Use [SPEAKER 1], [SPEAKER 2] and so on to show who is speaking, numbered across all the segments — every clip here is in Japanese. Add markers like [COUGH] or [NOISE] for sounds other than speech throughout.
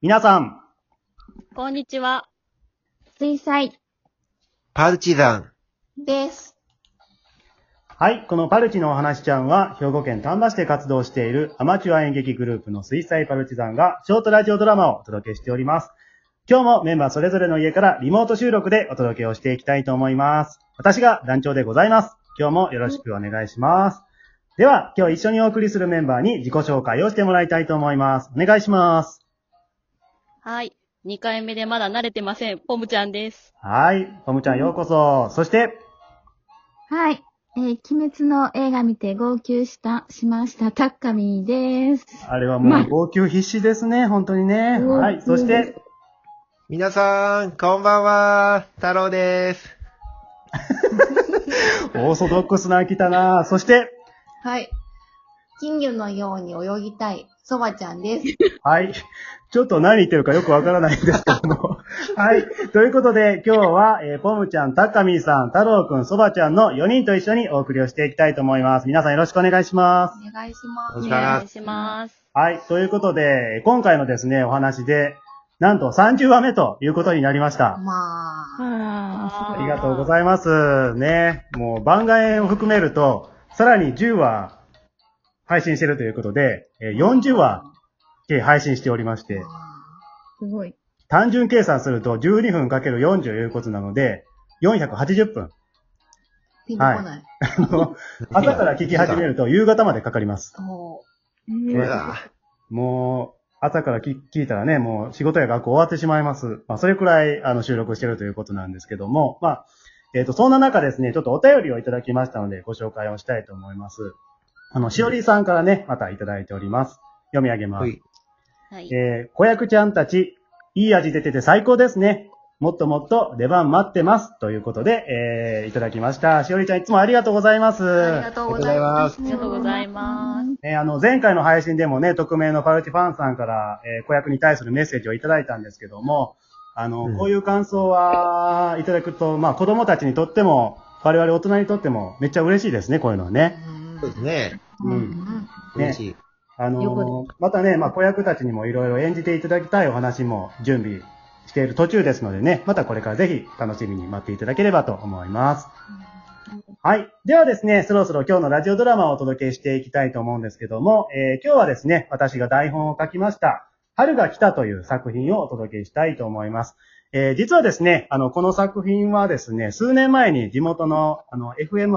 [SPEAKER 1] 皆さん、
[SPEAKER 2] こんにちは。
[SPEAKER 3] 水彩
[SPEAKER 4] パルチザン。
[SPEAKER 3] です。
[SPEAKER 1] はい、このパルチのお話ちゃんは、兵庫県丹波市で活動しているアマチュア演劇グループの水彩パルチザンが、ショートラジオドラマをお届けしております。今日もメンバーそれぞれの家からリモート収録でお届けをしていきたいと思います。私が団長でございます。今日もよろしくお願いします。では、今日一緒にお送りするメンバーに自己紹介をしてもらいたいと思います。お願いします。
[SPEAKER 2] はい。2回目でまだ慣れてません。ポムちゃんです。
[SPEAKER 1] はい、ポムちゃんようこそ。そして、
[SPEAKER 3] はい。えー鬼滅の映画見て号泣した、しました、たっかみーです。
[SPEAKER 1] あれはもう号泣必死ですね、本当にね。
[SPEAKER 3] うん
[SPEAKER 1] はい、そして、
[SPEAKER 4] 皆さん、こんばんは。太郎です。
[SPEAKER 1] オーソドックスな秋だな。そして、
[SPEAKER 5] はい。金魚のように泳ぎたい、そばちゃんです。
[SPEAKER 1] はい。ちょっと何言ってるかよくわからないんですけども。はい。ということで、今日は、えーポムちゃん、タッカミーさん、太郎くん、そばちゃんの4人と一緒にお送りをしていきたいと思います。皆さんよろしくお願いします。
[SPEAKER 5] お願いし
[SPEAKER 4] お
[SPEAKER 5] ま
[SPEAKER 4] 願い
[SPEAKER 5] す。
[SPEAKER 4] し
[SPEAKER 2] お
[SPEAKER 4] ま
[SPEAKER 2] 願いします。
[SPEAKER 1] はい。ということで、今回のですね、お話で、なんと30話目ということになりました。
[SPEAKER 5] まあ、
[SPEAKER 1] あ
[SPEAKER 2] あ
[SPEAKER 1] りがとうございます。ね。もう番外編を含めると、さらに10話配信してるということで、えー40話計配信しておりまして、
[SPEAKER 3] すごい。
[SPEAKER 1] 単純計算すると12分かける40いうことなので、480分。
[SPEAKER 5] ピンとこない。
[SPEAKER 1] あの朝から聞き始めると夕方までかかります。
[SPEAKER 5] も
[SPEAKER 3] え
[SPEAKER 4] う
[SPEAKER 3] ー、
[SPEAKER 4] わ
[SPEAKER 1] もう、朝から聞聞いたらね、もう仕事や学校終わってしまいます。まあ、それくらい、あの、収録してるということなんですけども、まあ、えっ、と、そんな中ですね、ちょっとお便りをいただきましたので、ご紹介をしたいと思います。あの、しおりさんからね、またいただいております。読み上げます。
[SPEAKER 4] はい
[SPEAKER 2] はい。
[SPEAKER 1] えー子役ちゃんたち、いい味出てて最高ですね。もっともっと出番待ってます。ということで、えーいただきました。しおりちゃんいつもありがとうございます。
[SPEAKER 5] う、ありがとうございます。
[SPEAKER 2] ありがとうございます。
[SPEAKER 1] ね、あの、前回の配信でもね、匿名のパルチファンさんから、えー子役に対するメッセージをいただいたんですけども、あの、
[SPEAKER 4] うん
[SPEAKER 1] こういう感想は、いただくと、まあ、子供たちにとっても、我々大人にとっても、めっちゃ嬉しいですね、こういうのはね。
[SPEAKER 4] そうですね。
[SPEAKER 1] うん。
[SPEAKER 5] うん
[SPEAKER 1] ね
[SPEAKER 4] 嬉しい。
[SPEAKER 1] あの、またね、まあ、子役たちにもいろいろ演じていただきたいお話も準備している途中ですのでね、またこれからぜひ楽しみに待っていただければと思います。はい。ではですね、そろそろ今日のラジオドラマをお届けしていきたいと思うんですけども、えー今日はですね、私が台本を書きました、春が来たという作品をお届けしたいと思います。えー実はですね、あの、この作品はですね、数年前に地元の、あの、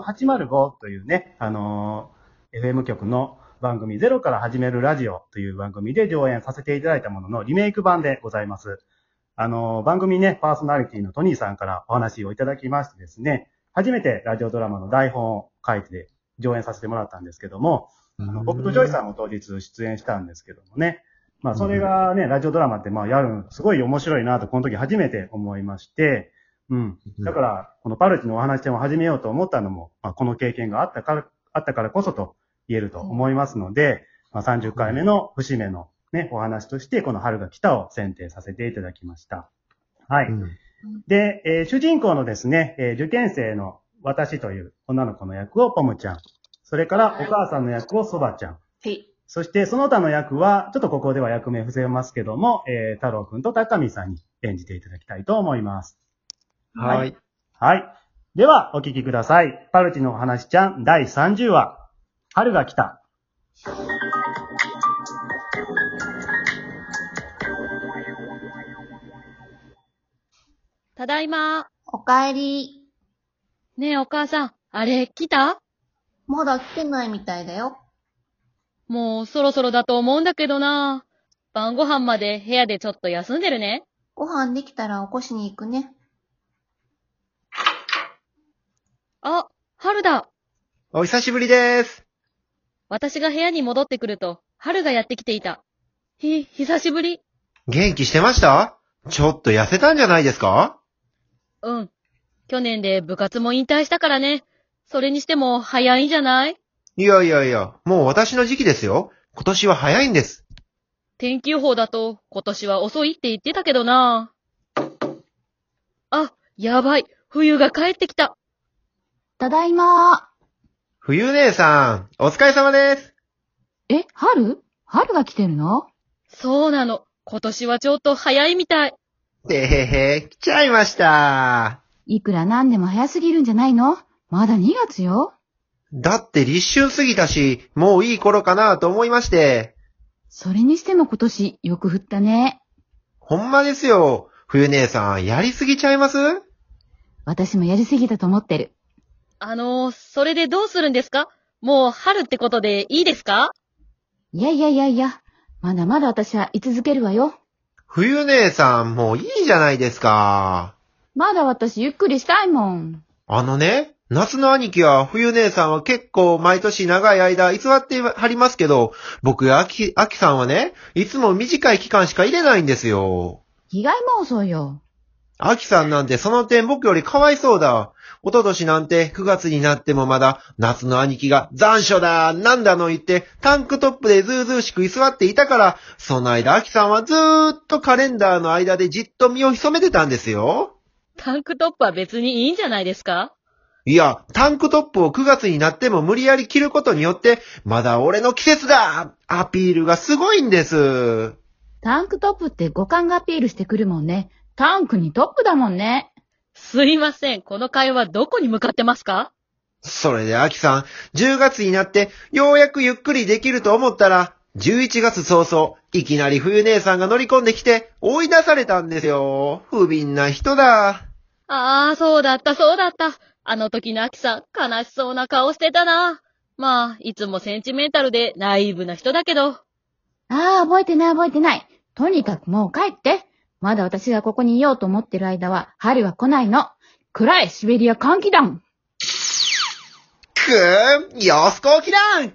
[SPEAKER 1] FM805 というね、あのー FM 局の番組、ゼロから始めるラジオという番組で上演させていただいたもののリメイク版でございます。あのー番組ね、パーソナリティのトニーさんからお話をいただきましてですね、初めてラジオドラマの台本を書いて上演させてもらったんですけども、あの僕とジョイさんも当日出演したんですけどもね。まあ、それがね、ラジオドラマって、まあ、やるの、すごい面白いなと、この時初めて思いまして、うん。
[SPEAKER 4] うん
[SPEAKER 1] だから、このパルチのお話でも始めようと思ったのも、まあ、この経験があったから、あったからこそと言えると思いますので、まあ、30回目の節目のね、お話として、この春が来たを選定させていただきました。はい。
[SPEAKER 4] うん
[SPEAKER 1] で、えー主人公のですね、えー受験生の私という女の子の役をポムちゃん。それからお母さんの役をそばちゃん。
[SPEAKER 2] はい。
[SPEAKER 1] そしてその他の役は、ちょっとここでは役名伏せますけども、えー太郎くんと高見さんに演じていただきたいと思います。
[SPEAKER 4] はーい。
[SPEAKER 1] はい。では、お聞きください。パルチのお話ちゃん第30話。春が来た。
[SPEAKER 2] ただいま。
[SPEAKER 5] おかえり。
[SPEAKER 2] ねえ、お母さん。あれ、来た
[SPEAKER 5] まだ来てないみたいだよ。
[SPEAKER 2] もうそろそろだと思うんだけどな。晩ご飯まで部屋でちょっと休んでるね。
[SPEAKER 5] ご飯できたら起こしに行くね。
[SPEAKER 2] あ、春だ。
[SPEAKER 4] お久しぶりです。
[SPEAKER 2] 私が部屋に戻ってくると、春がやってきていた。ひ、久しぶり。
[SPEAKER 4] 元気してましたちょっと痩せたんじゃないですか
[SPEAKER 2] うん。去年で部活も引退したからね。それにしても早いんじゃない
[SPEAKER 4] いやいやいや、もう私の時期ですよ。今年は早いんです。
[SPEAKER 2] 天気予報だと今年は遅いって言ってたけどな。あ、やばい。冬が帰ってきた。
[SPEAKER 3] ただいま
[SPEAKER 4] 冬姉さん、お疲れ様です。
[SPEAKER 6] え、春春が来てるの
[SPEAKER 2] そうなの。今年はちょっと早いみたい。
[SPEAKER 4] てへへ、来ちゃいました。
[SPEAKER 3] いくらなんでも早すぎるんじゃないのまだ2月よ。
[SPEAKER 4] だって立春過ぎたし、もういい頃かなと思いまして。
[SPEAKER 3] それにしても今年よく降ったね。
[SPEAKER 4] ほんまですよ。冬姉さん、やりすぎちゃいます
[SPEAKER 3] 私もやりすぎたと思ってる。
[SPEAKER 2] あのー、それでどうするんですかもう春ってことでいいですか
[SPEAKER 3] いやいやいやいや、まだまだ私は居続けるわよ。
[SPEAKER 4] 冬姉さん、もういいじゃないですか。
[SPEAKER 3] まだ私ゆっくりしたいもん。
[SPEAKER 4] あのね、夏の兄貴は冬姉さんは結構毎年長い間偽ってはりますけど、僕や秋、秋さんはね、いつも短い期間しか入れないんですよ。
[SPEAKER 3] 被害妄想よ。
[SPEAKER 4] 秋さんなんてその点僕よりかわいそうだ。一昨年なんて9月になってもまだ夏の兄貴が残暑だなんだの言ってタンクトップでズーズーしく居座っていたから、その間秋さんはずーっとカレンダーの間でじっと身を潜めてたんですよ。
[SPEAKER 2] タンクトップは別にいいんじゃないですか
[SPEAKER 4] いや、タンクトップを9月になっても無理やり着ることによって、まだ俺の季節だアピールがすごいんです。
[SPEAKER 3] タンクトップって五感がアピールしてくるもんね。タンクにトップだもんね。
[SPEAKER 2] すいません。この会話どこに向かってますか
[SPEAKER 4] それで秋さん、10月になってようやくゆっくりできると思ったら、11月早々、いきなり冬姉さんが乗り込んできて追い出されたんですよ。不憫な人だ。
[SPEAKER 2] ああ、そうだった、そうだった。あの時の秋さん、悲しそうな顔してたな。まあ、いつもセンチメンタルでナイーブな人だけど。
[SPEAKER 3] ああ、覚えてない覚えてない。とにかくもう帰って。まだ私がここにいようと思ってる間は、春は来ないの。暗いシベリア寒気団。
[SPEAKER 4] くーん、よすこうきらん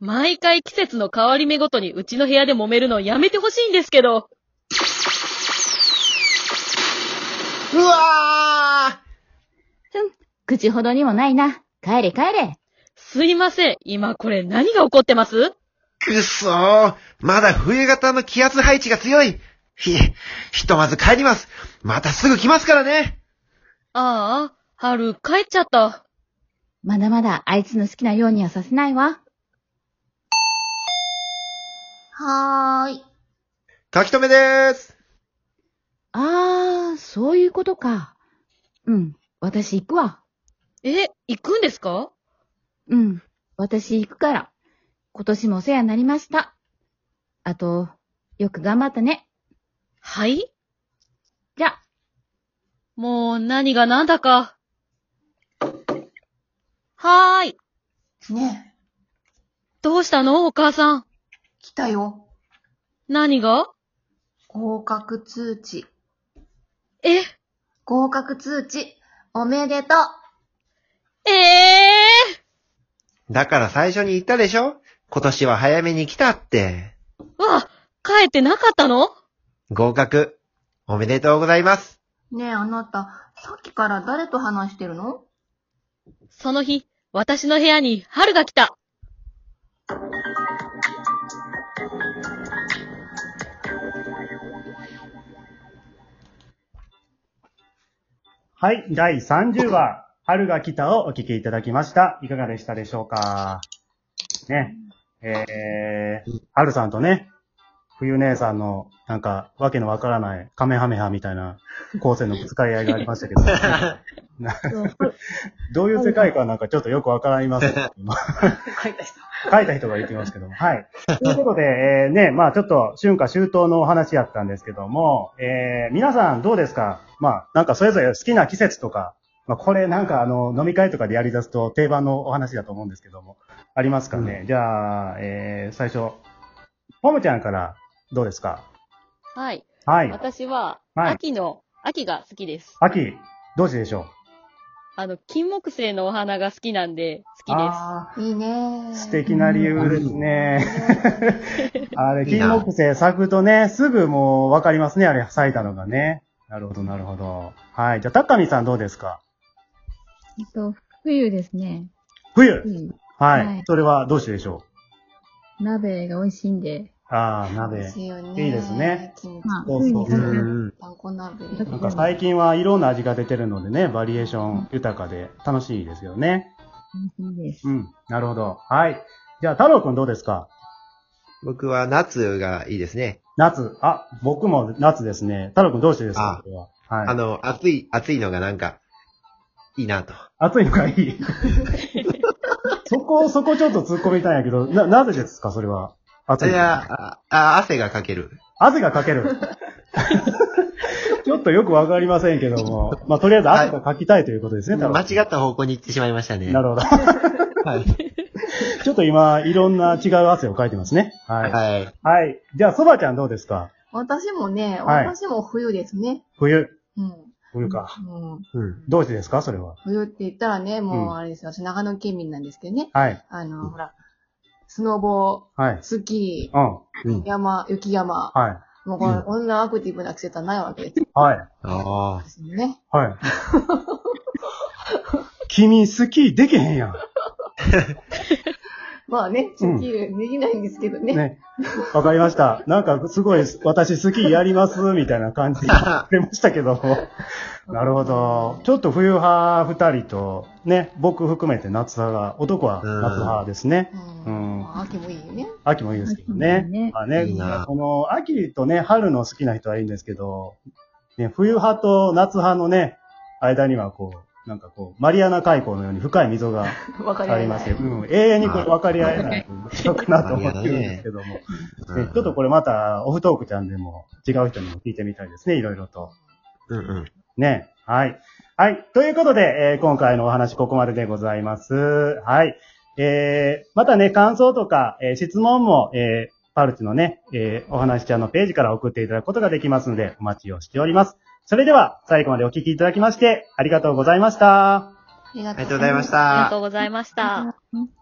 [SPEAKER 2] 毎回季節の変わり目ごとにうちの部屋で揉めるのやめてほしいんですけど。
[SPEAKER 4] うわー
[SPEAKER 3] 口ほどにもないな。帰れ帰れ。
[SPEAKER 2] すいません。今これ何が起こってます
[SPEAKER 4] くっそーまだ冬型の気圧配置が強いひ、ひとまず帰りますまたすぐ来ますからね
[SPEAKER 2] ああ、春帰っちゃった。
[SPEAKER 3] まだまだあいつの好きなようにはさせないわ。
[SPEAKER 5] はーい。
[SPEAKER 4] 書き留めです
[SPEAKER 3] あー、そういうことか。うん、私行くわ。
[SPEAKER 2] え、行くんですか
[SPEAKER 3] うん、私行くから。今年もお世話になりました。あと、よく頑張ったね。
[SPEAKER 2] はい
[SPEAKER 3] じゃあ、
[SPEAKER 2] もう何が何だか。はーい。
[SPEAKER 5] ねえ、
[SPEAKER 2] どうしたのお母さん。
[SPEAKER 5] 来たよ。
[SPEAKER 2] 何が
[SPEAKER 5] 合格通知。
[SPEAKER 2] え、え
[SPEAKER 5] 合格通知。おめでとう。
[SPEAKER 2] え
[SPEAKER 4] だから最初に言ったでしょ今年は早めに来たって。
[SPEAKER 2] ー、わ、帰ってなかったの
[SPEAKER 4] 合格、おめでとうござい [LAUGHS] ます。
[SPEAKER 5] ねえ、あなた、さっきから誰と話してるの
[SPEAKER 2] その日、私の部屋に春が来た。
[SPEAKER 1] はい、第30話、春が来たをお聞きいただきました。いかがでしたでしょうかね。えー、春さんとね、冬姉さんの、なんか、わけのわからない、カメハメハみたいな、構成のぶつかり合いがありましたけど、どういう世界かなんかちょっとよくわからないますけど。 [LAUGHS]
[SPEAKER 5] 書いた人。
[SPEAKER 1] 書いた人が言ってますけども。はい。ということで、えー、ね、まあちょっと春夏秋冬のお話やったんですけども、えー、皆さんどうですかまあなんかそれぞれ好きな季節とか、まあこれなんかあの飲み会とかでやり出すと定番のお話だと思うんですけども、ありますかね、じゃあ、えー、最初、ももちゃんからどうですか
[SPEAKER 2] はい。
[SPEAKER 1] はい。
[SPEAKER 2] 私は、
[SPEAKER 1] はい
[SPEAKER 2] 秋の、秋が好きです。
[SPEAKER 1] 秋、どうしでしょう
[SPEAKER 2] あの、金木犀のお花が好きなんで、好きです。
[SPEAKER 1] あ
[SPEAKER 5] いいね
[SPEAKER 1] ー素敵な理由ですね。あれ、
[SPEAKER 4] いいな
[SPEAKER 1] 金木犀咲くとね、すぐもう分かりますね、あれ、咲いたのがね。なるほど、なるほど。はい。じゃあ、高見さんどうですか
[SPEAKER 3] えっと、冬ですね。
[SPEAKER 1] 冬
[SPEAKER 3] 冬。
[SPEAKER 1] はい。
[SPEAKER 3] はい
[SPEAKER 1] それはどうしてでしょ
[SPEAKER 3] 鍋が美味しいんで。
[SPEAKER 1] うああ、
[SPEAKER 5] 美
[SPEAKER 1] 鍋
[SPEAKER 5] 味。しいよね。
[SPEAKER 1] いいですね。
[SPEAKER 5] キムチ、
[SPEAKER 3] まあ、
[SPEAKER 1] そうそう
[SPEAKER 3] 冬に食べる。
[SPEAKER 5] パン粉鍋。
[SPEAKER 1] なんか最近はいろんな味が出てるのでね、バリエーション豊かで楽しいですよね。
[SPEAKER 3] 美味しいです。
[SPEAKER 1] うん。なるほど。はい。じゃあ、太郎くんどうですか
[SPEAKER 4] [LAUGHS] 僕は夏がいいですね。
[SPEAKER 1] 夏。あ、僕も夏ですね。太郎くんどうしてです
[SPEAKER 4] あ
[SPEAKER 1] かこれは
[SPEAKER 4] あ
[SPEAKER 1] はい。
[SPEAKER 4] の、暑い、暑いのがなんか、いいなと。
[SPEAKER 1] 暑いのがい
[SPEAKER 4] [LAUGHS]
[SPEAKER 1] い。そこ、そこちょっと突っ込みたいんやけど、な、なぜですかそれは。暑
[SPEAKER 4] い
[SPEAKER 1] い。
[SPEAKER 4] や、ああ、汗がかける。
[SPEAKER 1] 汗がかけ
[SPEAKER 4] [LAUGHS]
[SPEAKER 1] る。ちょっとよくわかりませんけども。まあ、とりあえず汗がかきたいということですね、多分
[SPEAKER 4] 間違った方向に行ってしまいましたね。
[SPEAKER 1] なるほど。 [LAUGHS]
[SPEAKER 4] はい。
[SPEAKER 1] ちょっと今、いろんな違う汗をかいてますね。はい。はい。
[SPEAKER 4] はい。
[SPEAKER 1] じゃあ、そばちゃんどうですか
[SPEAKER 5] 私もね、
[SPEAKER 1] はい
[SPEAKER 5] 私も冬ですね。
[SPEAKER 1] 冬。
[SPEAKER 5] うん。
[SPEAKER 1] 冬か。
[SPEAKER 5] うん。
[SPEAKER 4] うん。
[SPEAKER 1] どうしてですかそれは。
[SPEAKER 5] 冬って言ったらね、
[SPEAKER 1] う
[SPEAKER 5] も
[SPEAKER 1] ん
[SPEAKER 5] うあれですよ、私長野県民なんですけどね。
[SPEAKER 1] はい。
[SPEAKER 5] あの、ほら、スノボ
[SPEAKER 1] はい
[SPEAKER 5] ー、。スキー、
[SPEAKER 1] うん。は
[SPEAKER 4] うん。
[SPEAKER 5] 山、雪山。
[SPEAKER 1] い。
[SPEAKER 5] もうこれ、
[SPEAKER 4] うん
[SPEAKER 5] こんなアクティブな季節はないわけですよ
[SPEAKER 1] はい。
[SPEAKER 4] ああ。
[SPEAKER 5] ね。 [LAUGHS]
[SPEAKER 4] [LAUGHS]
[SPEAKER 1] はい。君、スキーできへんやん。
[SPEAKER 5] まあね、スキーできないんですけどね。
[SPEAKER 1] ね。わかりました。なんか、すごい、私、スキーやります、みたいな感じで言ってましたけども。なるほど。ちょっと冬派二人と、ね、僕含めて夏派が、男は夏派ですね。
[SPEAKER 5] うん。
[SPEAKER 1] うん
[SPEAKER 5] まあ秋もいいよね。
[SPEAKER 1] 秋もいいですけどね。まあね、
[SPEAKER 4] いいな
[SPEAKER 1] この秋とね、春の好きな人はいいんですけど、ね、冬派と夏派のね、間にはこう、なんかこう、マリアナ海溝のように深い溝が
[SPEAKER 5] わかり
[SPEAKER 1] あり
[SPEAKER 5] ま
[SPEAKER 1] ますすよ。うん、永遠にこれ分かり合えないのかなと思ってるんですけども。ねちょっとこれまた、オフトークちゃんでも違う人にも聞いてみたいですね、いろいろと。
[SPEAKER 4] うんうん。
[SPEAKER 1] ね。はい。はい。ということで、えー今回のお話ここまででございます。はい。えー、またね、感想とか、えー質問も、えーパルチのね、えーお話ちゃんのページから送っていただくことができますので、お待ちをしております。それでは、最後までお聞きいただきまして、ありがとうございました。
[SPEAKER 5] ありが
[SPEAKER 4] ありがとうございました。
[SPEAKER 2] ありがとうございました。
[SPEAKER 3] ありがとうございました。